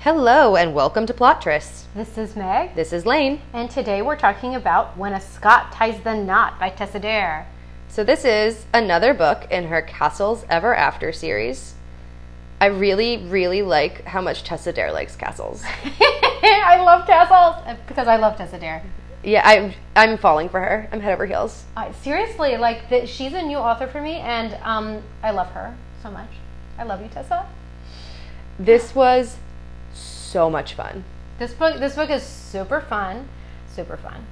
Hello and welcome to Plotress. This is Meg, This is Lane. and today we're talking about When a Scot Ties the Knot by Tessa Dare. So this is another book in her Castles Ever After series. I really, really like how much Tessa Dare likes castles. I love castles uh, because I love Tessa Dare. Yeah, I'm I'm falling for her. I'm head over heels. Uh, seriously, like the, she's a new author for me, and um, I love her so much. I love you, Tessa. This was so much fun. This book, this book is super fun, super fun.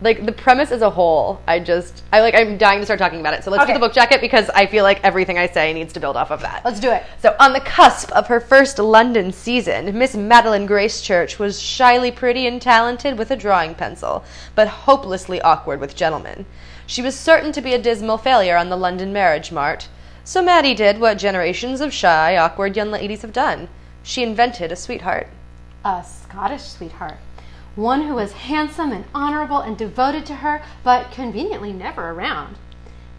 Like the premise as a whole, I just I like I'm dying to start talking about it. So let's do Okay. the book jacket because I feel like everything I say needs to build off of that. Let's do it. So, on the cusp of her first London season, Miss Madeline Gracechurch was shyly pretty and talented with a drawing pencil, but hopelessly awkward with gentlemen. She was certain to be a dismal failure on the London marriage mart. So, Maddie did what generations of shy, awkward young ladies have done she invented a sweetheart. a Scottish sweetheart, one who was handsome and honorable and devoted to her, but conveniently never around.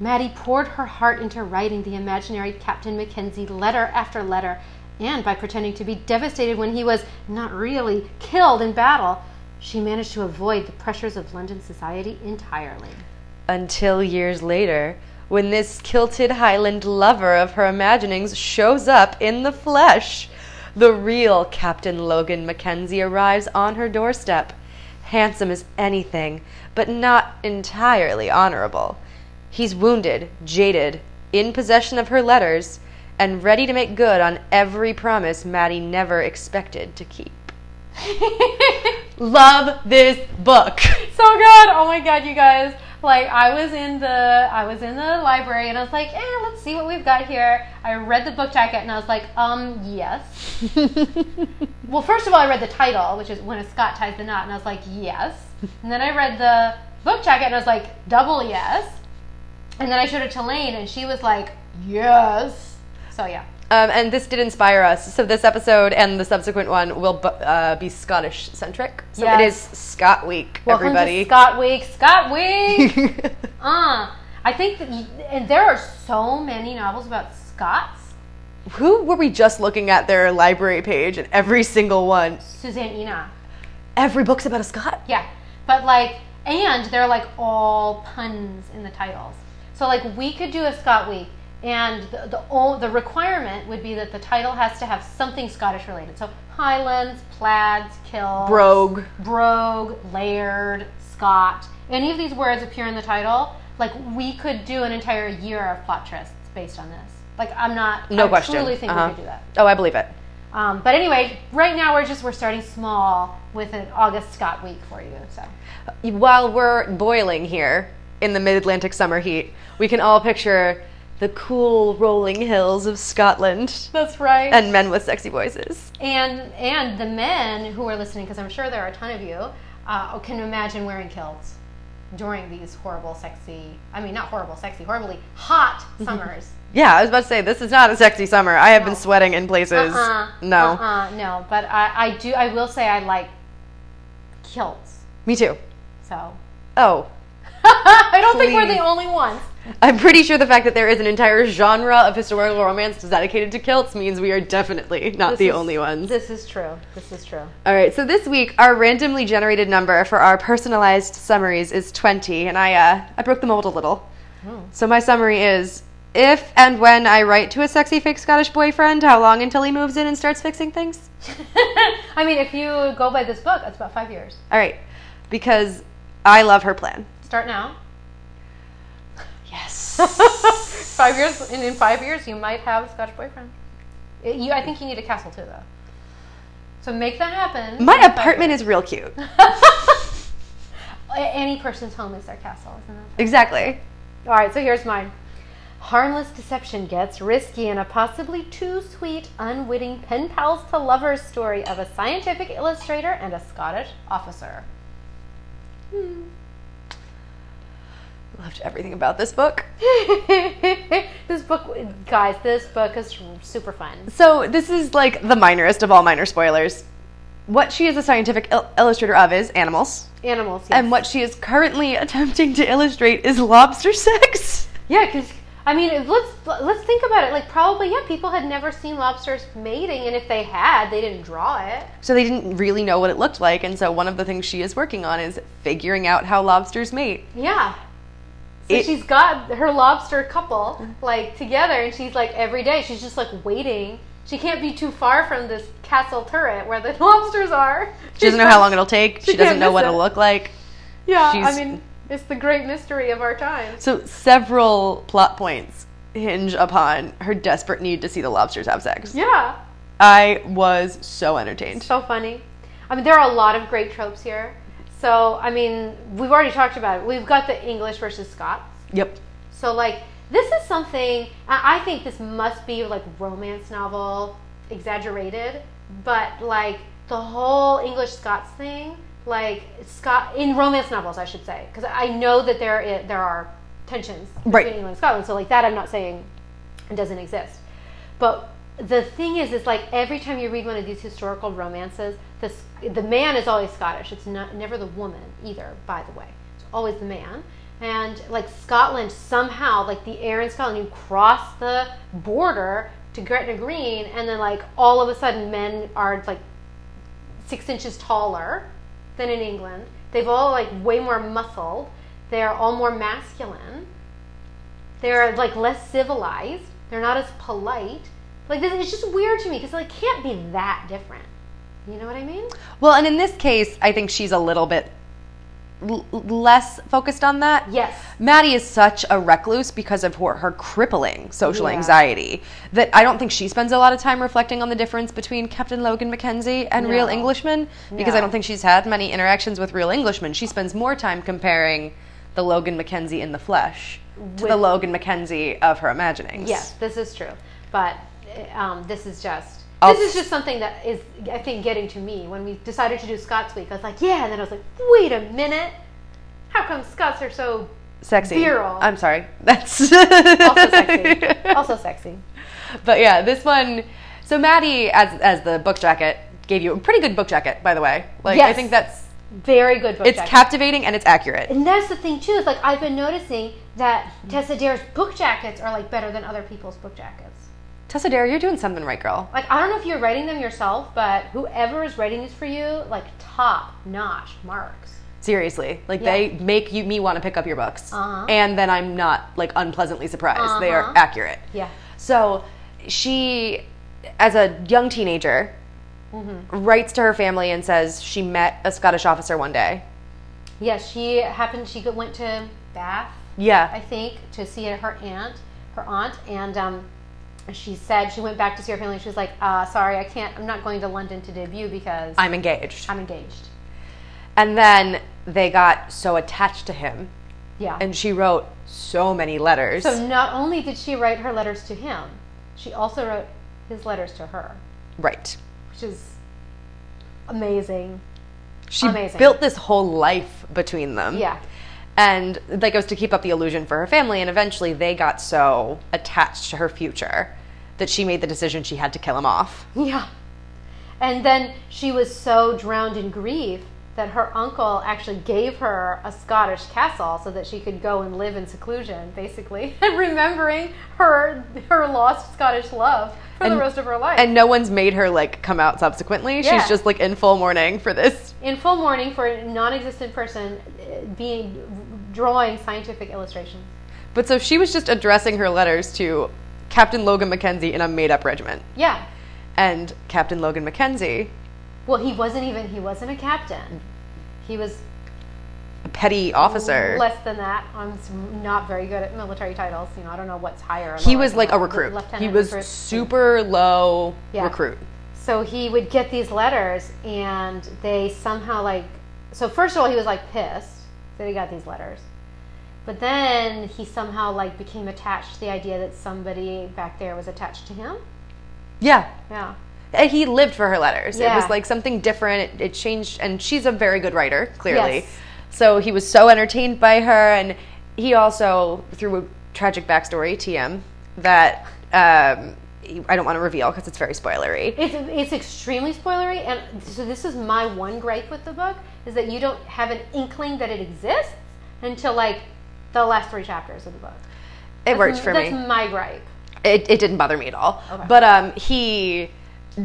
Mattie poured her heart into writing the imaginary Captain Mackenzie letter after letter, and by pretending to be devastated when he was not really killed in battle, she managed to avoid the pressures of London society entirely. Until years later, when this kilted Highland lover of her imaginings shows up in the flesh, the real Captain Logan Mackenzie arrives on her doorstep. Handsome as anything, but not entirely honorable. He's wounded, jaded, in possession of her letters, and ready to make good on every promise Maddie never expected to keep. Love this book! so good. Oh my god, you guys. Like I was in the I was in the library and I was like, eh, let's see what we've got here. I read the book jacket and I was like, um, yes. well, first of all, I read the title, which is When a Scot Ties the Knot, and I was like, yes. And then I read the book jacket and I was like, double yes. And then I showed it to Lane and she was like, yes. So yeah. Um, and this did inspire us. So this episode and the subsequent one will bu- uh, be Scottish centric. So it is Yes. Scott Week, Welcome everybody. to Scott Week. Scott Week. Uh, I think, that y and there are so many novels about Scots. Who were we just looking at their library page and every single one? Suzanne Enoch. Every book's about a Scot. Yeah. But like, and they're like all puns in the titles. So like, we could do a Scott Week, and the the, o- the requirement would be that the title has to have something Scottish related. So Highlands, plaids, kill, Brogue. brogue, laird, Scott. Any of these words appear in the title. Like, we could do an entire year of plot twists based on this. Like, I'm not. No I question. truly think Uh-huh. we could do that. Oh, I believe it. Um, but anyway, right now we're just we're starting small with an August Scott week for you. So While we're boiling here in the mid-Atlantic summer heat, we can all picture the cool rolling hills of Scotland that's right. And and men with sexy voices. and, the men who are listening, because I'm sure there are a ton of you, uh, can imagine wearing kilts during these horrible, sexy. I mean, not horrible, sexy, horribly hot summers. Yeah, I was about to say this is not a sexy summer. I have been sweating in places. Uh-uh, no. uh-uh, no. But I, I do. I will say I like kilts. Me too. So Oh, I don't think we're Please. the only ones. I'm pretty sure the fact that there is an entire genre of historical romance dedicated to kilts means we are definitely not the is- only ones. This is true. This is true. All right, so this week our randomly generated number for our personalized summaries is 20, and I uh, I broke the mold a little. Oh. So my summary is: If and when I write to a sexy fake Scottish boyfriend, how long until he moves in and starts fixing things? I mean, if you go by this book, that's about five years. All right, because I love her plan. Start now. Yes. Five years, and in five years, you might have a Scottish boyfriend. It- you, I think you need a castle too, though. So make that happen. my apartment is real cute. A- Any person's home is their castle, isn't it? Exactly. All right, so here's mine. Harmless deception gets risky in a possibly too sweet, unwitting pen pals to lovers story of a scientific illustrator and a Scottish officer. Loved everything about this book. this book, guys, this book is super fun. So this is like the minorest of all minor spoilers. What she is a scientific il- illustrator of is animals, Animals, yes. and what she is currently attempting to illustrate is lobster sex. Yeah, because I mean, let's let's think about it. Like, probably yeah, people had never seen lobsters mating, and if they had, they didn't draw it. So they didn't really know what it looked like, and so one of the things she is working on is figuring out how lobsters mate. Yeah. So It- she's got her lobster couple like together, and she's like every day she's just like waiting. She can't be too far from this castle turret where the lobsters are. She doesn't know how long it'll take. She She doesn't can't know miss what it. it'll look like. Yeah, she's- I mean, it's the great mystery of our times. So several plot points hinge upon her desperate need to see the lobsters have sex. Yeah, I was so entertained. so funny. I mean, there are a lot of great tropes here. So I mean, we've already talked about it. We've got the English versus Scots. Yep. So like this is something I I think this must be like romance novel exaggerated, but like the whole English Scots thing, like Scot in romance novels I should say, because I know that there i there are tensions between Right. England and Scotland. So like that I'm not saying it doesn't exist, but the thing is, is like every time you read one of these historical romances, the s- the man is always Scottish. It's not never the woman either. By the way, it's always the man. And like Scotland, somehow, like the air in Scotland, you cross the border to Gretna Green, and then like all of a sudden, men are like six inches taller than in England. They've all like way more muscled. They're all more masculine. They're like less civilized. They're not as polite. Like this, it's just weird to me because like can't be that different. You know what I mean? Well, and in this case, I think she's a little bit l- less focused on that. Yes. Maddie is such a recluse because of her, her crippling social Yeah. anxiety that I don't think she spends a lot of time reflecting on the difference between Captain Logan Mackenzie and real No. Englishmen because I No. don't think she's had many interactions with real Englishmen. She spends more time comparing the Logan Mackenzie in the flesh to the With- Logan Mackenzie of her imaginings. Yes, this is true. But um, this is just I'll- this is just something that is I think getting to me when we decided to do Scots Week. I was like, yeah, and then I was like, wait a minute, how come Scots are so Sexy. Virile. I'm sorry. That's also sexy? also sexy. But yeah, this one. So Maddie, as as the book jacket, gave you a pretty good book jacket, by the way. Like I Yes. think that's Very good book. it's jacket. captivating and it's accurate. And that's the thing too. Is like I've been noticing that Tessa Dare's book jackets are like better than other people's book jackets. Tessa Dare, you're doing something right, girl. Like I don't know if you're writing them yourself, but whoever is writing these for you, like top notch marks. Seriously, like Yeah. they make you me want to pick up your books, Uh-huh. and then I'm not like unpleasantly surprised. They are Uh-huh. accurate. Yeah. So she, as a young teenager, Mm-hmm. writes to her family and says she met a Scottish officer one day. Yes, she happened. She go- went to Bath, Yeah, I think, to see her aunt, her aunt, and um, she said she went back to see her family. She was like, uh, "Sorry, I can't. I'm not going to London to debut because I'm engaged. I'm engaged." And then they got so attached to him Yeah. and she wrote so many letters. So not only did she write her letters to him, she also wrote his letters to her, right. which is amazing. She Amazing. built this whole life between them. Yeah. And that goes to keep up the illusion for her family. And eventually they got so attached to her future that she made the decision she had to kill him off. Yeah. And then she was so drowned in grief that her uncle actually gave her a Scottish castle so that she could go and live in seclusion, basically, and remembering her her lost Scottish love for And- the rest of her life. And no one's made her like come out subsequently. Yeah. She's just like in full mourning for this. in full mourning for a non-existent person uh, being drawing scientific illustrations. But so she was just addressing her letters to Captain Logan Mackenzie in a made up regiment. Yeah. And Captain Logan Mackenzie, Well, he wasn't even he wasn't a captain. He was a petty officer. less than that. I'm s- not very good at military titles. You know, I don't know what's higher. or He lower was than like that. a recruit. Lieutenant He was recruit. super low Yeah. recruit. So he would get these letters, and they somehow like. So first of all, he was like pissed that he got these letters, but then he somehow like became attached to the idea that somebody back there was attached to him. Yeah. Yeah. And he lived for her letters. It Yeah. was like something different. It, it changed. And she's a very good writer, clearly. Yes. So he was so entertained by her. And he also, through a tragic backstory, TM, that um, I don't want to reveal because it's very spoilery. It's, it's extremely spoilery, and so this is my one gripe with the book is that you don't have an inkling that it exists until like the last three chapters of the book. It worked for that's me. my gripe. It, it didn't bother me at all. Okay. But um, he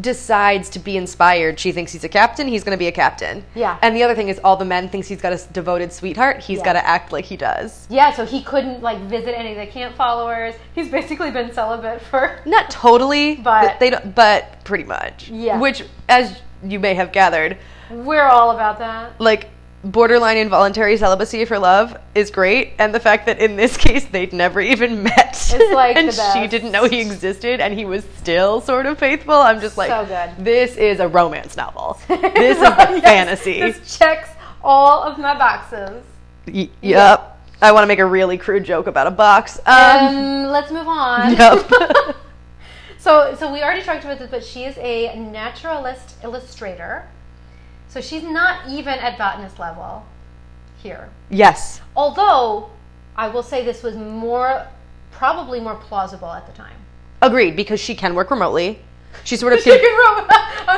decides to be inspired. She thinks he's a captain. He's going to be a captain. Yeah. And the other thing is, all the men thinks he's got a s- devoted sweetheart. He's Yeah. got to act like he does. Yeah, so he couldn't like visit any of the camp followers. He's basically been celibate for Not totally, But- they don't, but pretty much. Yeah. Which, as you may have gathered, We're all about that. like borderline involuntary celibacy for love is great and the fact that in this case they'd never even met like the and she best. didn't know he existed and he was still sort of faithful i'm just like So good. this is a romance novel this is a Yes, fantasy This checks all of my boxes. Y- yep i want to make a really crude joke about a box um, Um, let's move on. yep So, so we already talked about this, but she is a naturalist illustrator. So she's not even at botanist level here. yes Although I will say this was more, probably more plausible at the time. agreed because she can work remotely she sort of She can can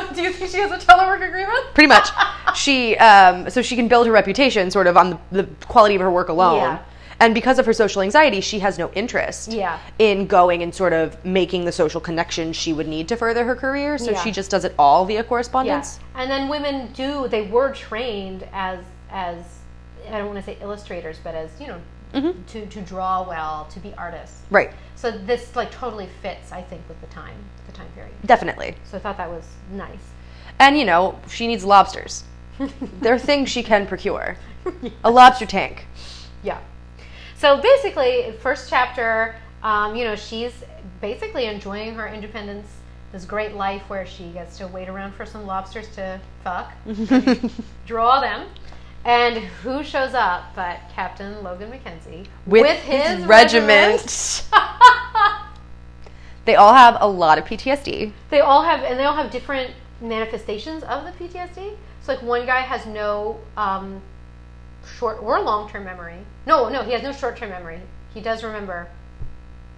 roam- Do you think she has a telework agreement? pretty much she um, so she can build her reputation sort of on the, the quality of her work alone Yeah. and because of her social anxiety she has no interest Yeah. in going and sort of making the social connections she would need to further her career so Yeah. she just does it all via Yes. correspondence And then women do they were trained as as I don't want to say illustrators, but as you know, to to draw well, to be artists. right So this like totally fits, I think, with the time the time period. definitely So I thought that was nice. and you know she needs lobsters there are things she can procure a lobster tank Yeah. So basically, first chapter, um, you know, she's basically enjoying her independence, this great life where she gets to wait around for some lobsters to fuck, draw them. And who shows up but Captain Logan McKenzie with, his regiment they all have a lot of ptsd they all have, and they all have different manifestations of the PTSD. So, like, one guy has no um, short or long term memory. No, no, he has no short term memory. He does remember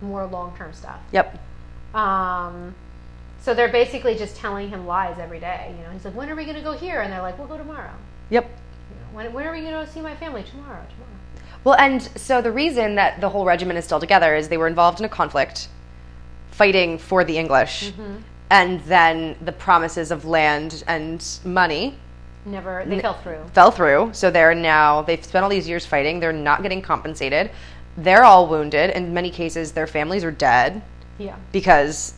more long term stuff. yep Um, so they're basically just telling him lies every day. You know, he's like, "When are we going to go here?" And they're like, "We'll go tomorrow." yep You know, when, when are we going to see my family tomorrow? Tomorrow. Well, and so the reason that the whole regiment is still together is they were involved in a conflict, fighting for the English, and then the promises of land and money Never. They fell through. fell through. So they're now they've spent all these years fighting. They're not getting compensated. They're all wounded. In many cases, their families are dead Yeah. because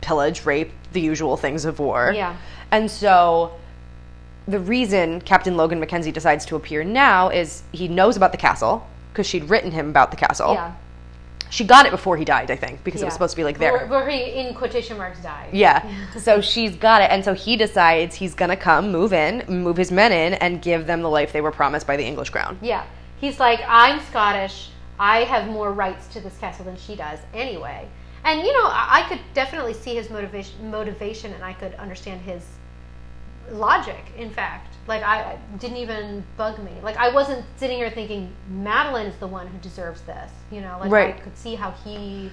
pillage, rape, the usual things of war. Yeah. And so the reason Captain Logan Mackenzie decides to appear now is he knows about the castle because she'd written him about the castle. Yeah. She got Oh, it before he died, I think, because it yeah. was supposed to be like there. Where, where he, in quotation marks, died. Yeah. so she's got it. And so he decides he's going to come, move in, move his men in, and give them the life they were promised by the English crown. Yeah. He's like, I'm Scottish. I have more rights to this castle than she does anyway. And, you know, I I could definitely see his motivation, motivation and I could understand his logic, in fact. Like, I it didn't even bug me. Like, I wasn't sitting here thinking, Madeline is the one who deserves this. You know, like, I Right. could see how he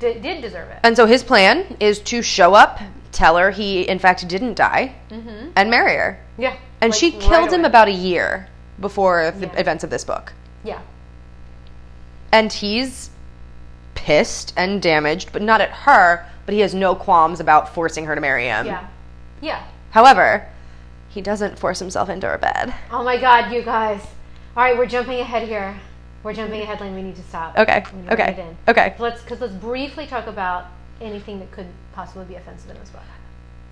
d- did deserve it. And so his plan is to show up, tell her he, in fact, didn't die, Mm-hmm. and marry her. Yeah. And Like, she right killed him away. about a year before the Yeah. events of this book. Yeah. And he's pissed and damaged, but not at her, but he has no qualms about forcing her to marry him. Yeah. Yeah. However, he doesn't force himself into her bed. Oh my god, you guys. All right, we're jumping ahead here. We're jumping ahead, Lane. We need to stop. Okay. We need to rein it Okay. in. Okay. Let's, because let's briefly talk about anything that could possibly be offensive in this book.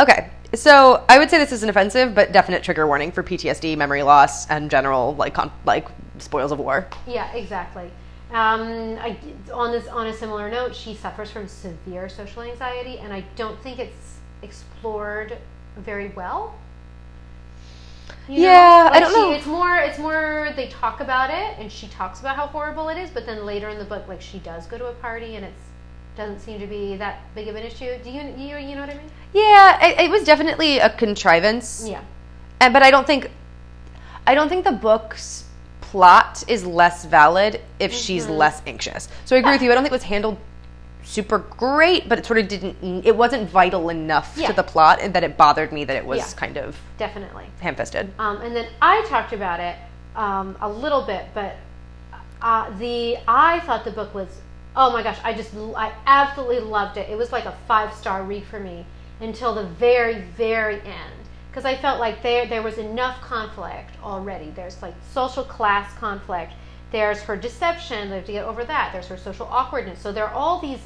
Okay. So I would say this is an offensive, but definite trigger warning for PTSD, memory loss, and general like con- like spoils of war. Yeah, exactly. Um, I, on this, on a similar note, she suffers from severe social anxiety, and I don't think it's explored very well. You know? Yeah, I Like, don't she- know. It's more, it's more. They talk about it, and she talks about how horrible it is, but then later in the book, like she does go to a party, and it's doesn't seem to be that big of an issue. Do you you you know what I mean? Yeah, it, it was definitely a contrivance, Yeah. and, but I don't think I don't think the book's plot is less valid if she's Mm-hmm. less anxious. So I agree with you. I don't think it was handled super great, but it sort of didn't. It wasn't vital enough Yeah. to the plot, and that it bothered me that it was Yeah. kind of Definitely. ham-fisted. Um, and then I talked about it um, a little bit, but uh, the I thought the book was Oh my gosh, I just I absolutely loved it. It was like a five star read for me until the very very end because I felt like there there was enough conflict already. There's like social class conflict. There's her deception. They have to get over that. There's her social awkwardness. So there are all these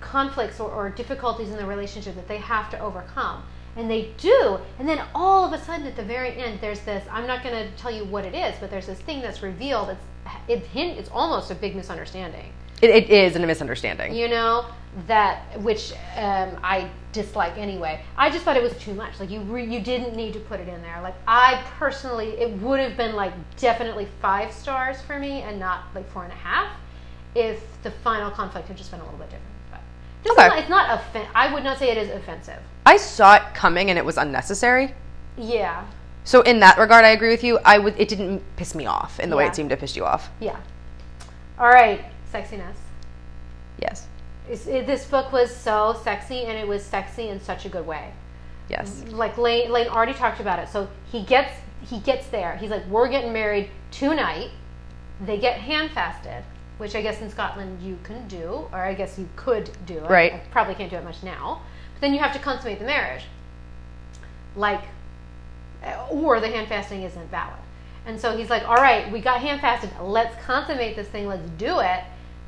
conflicts or, or difficulties in the relationship that they have to overcome. And they do. And then all of a sudden, at the very end, there's this I'm not going to tell you what it is, but there's this thing that's revealed. It's, it, hin- it's almost a big misunderstanding, It, it is a misunderstanding. you know, that which um, I dislike anyway. I just thought it was too much. Like, you, re- you didn't need to put it in there. Like, I personally, it would have been like definitely five stars for me and not like four and a half if the final conflict had just been a little bit different. But this is Okay. not, it's not offen- I would not say it is offensive. I saw it coming and it was unnecessary. Yeah. So in that regard, I agree with you. I would. It didn't piss me off in the way Yeah. it seemed to piss you off. Yeah. All right, sexiness. Yes. Is- it- This book was so sexy, and it was sexy in such a good way. Yes. Like Lane, Lane already talked about it. So he gets he gets there. He's like, "We're getting married tonight." They get handfasted, which I guess in Scotland you can do, or I guess you could do. I- Right. I probably can't do it much now, but then you have to consummate the marriage. Like uh, or the hand fasting isn't valid. And so he's like, all right, we got hand fasted. Let's consummate this thing. Let's do it.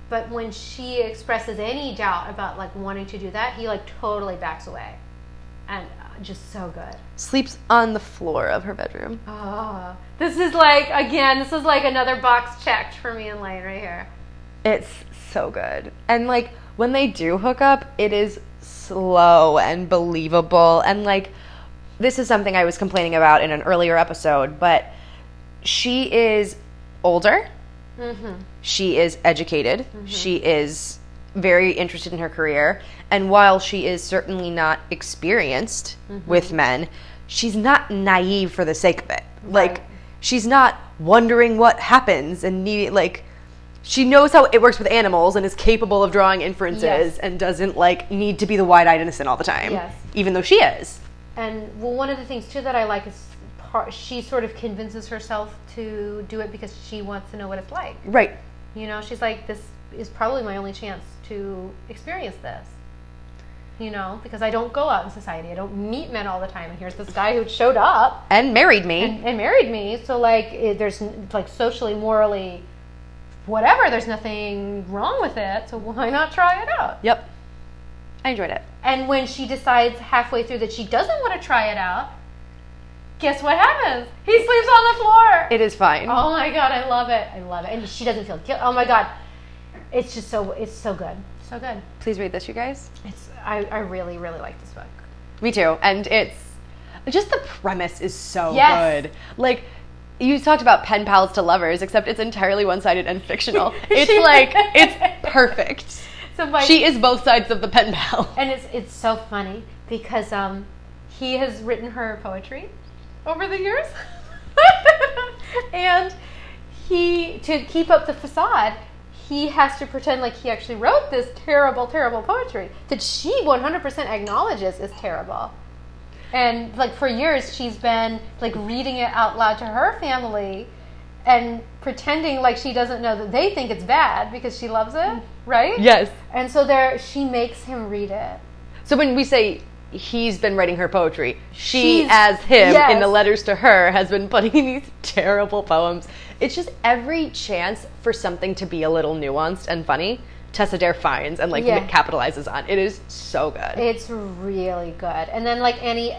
But when she expresses any doubt about like wanting to do that, he like totally backs away. And uh, just so good. Sleeps on the floor of her bedroom. Oh, this is like, again, this is like another box checked for me and Lane right here. It's so good. And like when they do hook up, it is slow and believable. And like this is something I was complaining about in an earlier episode, but she is older. Mm-hmm. She is educated. She is very interested in her career. And while she is certainly not experienced Mm-hmm. with men, she's not naive for the sake of it. Like, she's not wondering what happens and need like, she knows how it works with animals and is capable of drawing inferences Yes. and doesn't like need to be the wide-eyed innocent all the time. Yes. Even though she is. and well, one of the things too that I like is part, she sort of convinces herself to do it because she wants to know what it's like. Right. You know, she's like, this is probably my only chance to experience this. You know, because I don't go out in society. I don't meet men all the time. And here's this guy who showed up And married me. and, and married me. So, like, it, there's n- like socially, morally, whatever, there's nothing wrong with it. So, why not try it out? yep. I enjoyed it. And when she decides halfway through that she doesn't want to try it out, guess what happens? He sleeps on the floor. It is fine. Oh my god, I love it. I love it. And she doesn't feel guilt. Oh my god. It's just so it's so good. So good. Please read this, you guys. It's I, I really, really like this book. Me too. And it's just the premise is so Yes. good. Like you talked about pen pals to lovers, except it's entirely one-sided and fictional. It's She- like it's perfect. So my She is both sides of the pen pal. and it's it's so funny because um he has written her poetry over the years. and he to keep up the facade, he has to pretend like he actually wrote this terrible, terrible poetry that she 100% acknowledges is terrible. and like for years she's been like reading it out loud to her family and pretending like she doesn't know that they think it's bad because she loves it right Yes. and so there she makes him read it So when we say he's been writing her poetry, she She's- as him in yes. the letters to her has been putting in these terrible poems. It's just every chance for something to be a little nuanced and funny. Tessa Dare finds and like Yeah. capitalizes on. It is so good. it's really good and then like annie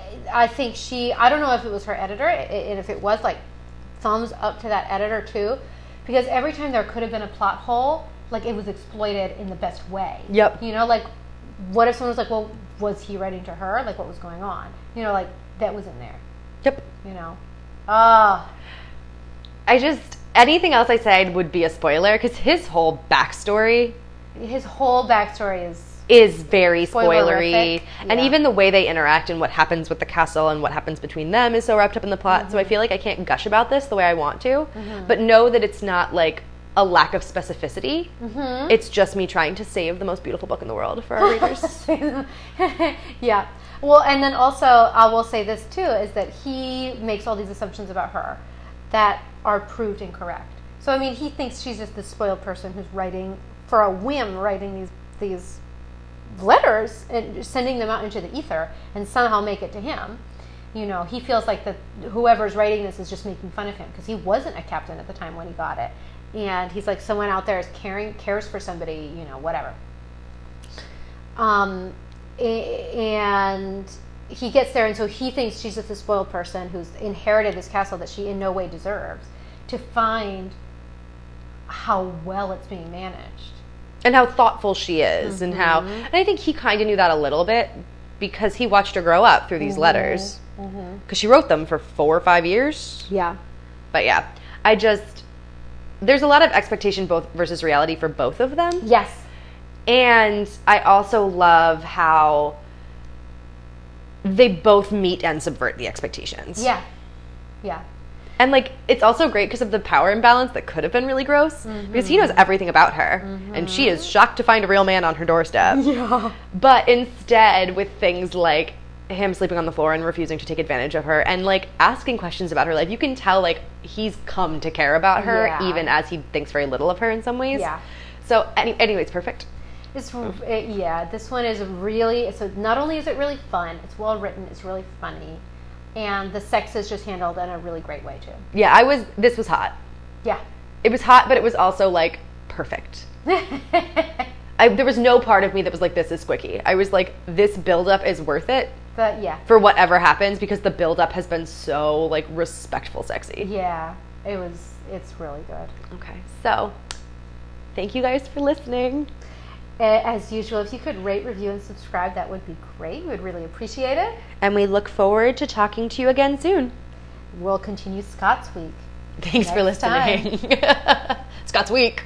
i think she i don't know if it was her editor i- and if it was like thumbs up to that editor too because every time there could have been a plot hole like it was exploited in the best way Yep. you know like what if someone was like well was he writing to her like what was going on you know like that was in there Yep. you know ah I just anything else I said would be a spoiler because his whole backstory his whole backstory is is very Spoilerific, spoilery, and yeah. even the way they interact and what happens with the castle and what happens between them is so wrapped up in the plot. So I Mm-hmm. feel like I can't gush about this the way I want to, but know that it's not like a lack of specificity. Mm-hmm. It's just me trying to save the most beautiful book in the world for our readers. yeah. Well, and then also, I will say this too is that he makes all these assumptions about her that are proved incorrect. So, I mean, he thinks she's just this spoiled person who's writing for a whim writing these these letters and sending them out into the ether and somehow make it to him. You know, he feels like that whoever's writing this is just making fun of him because he wasn't a captain at the time when he got it, and he's like someone out there is caring cares for somebody. You know, whatever. Um, a- and he gets there, and so he thinks she's just a spoiled person who's inherited this castle that she in no way deserves. To find how well it's being managed. and how thoughtful she is and how and i think he kind of knew that a little bit because he watched her grow up through these letters because she wrote them for four or five years Yeah. but yeah i just there's a lot of expectation both versus reality for both of them Yes. and i also love how they both meet and subvert the expectations Yeah. Yeah. And like, it's also great because of the power imbalance that could have been really gross because he knows everything about her and she is shocked to find a real man on her doorstep. Yeah. But instead, with things like him sleeping on the floor and refusing to take advantage of her and like asking questions about her life, you can tell like he's come to care about her Yeah. even as he thinks very little of her in some ways. Yeah. So, any- anyway, it's perfect. It's it, yeah. This one is really so. Not only is it really fun, it's well written. It's really funny, and the sex is just handled in a really great way too. Yeah, I was, this was hot. Yeah. It was hot, but it was also like perfect. but I, there was no part of me that was like, this is squicky. I was like, this buildup is worth it. yeah. for whatever happens because the buildup has been so like respectful sexy. Yeah. It was. It's really good. Okay, so thank you guys for listening. A- As usual, if you could rate, review, and subscribe, that would be great. We'd really appreciate it. And we look forward to talking to you again soon. We'll continue Scott's week. Thanks for Next listening. Scott's week.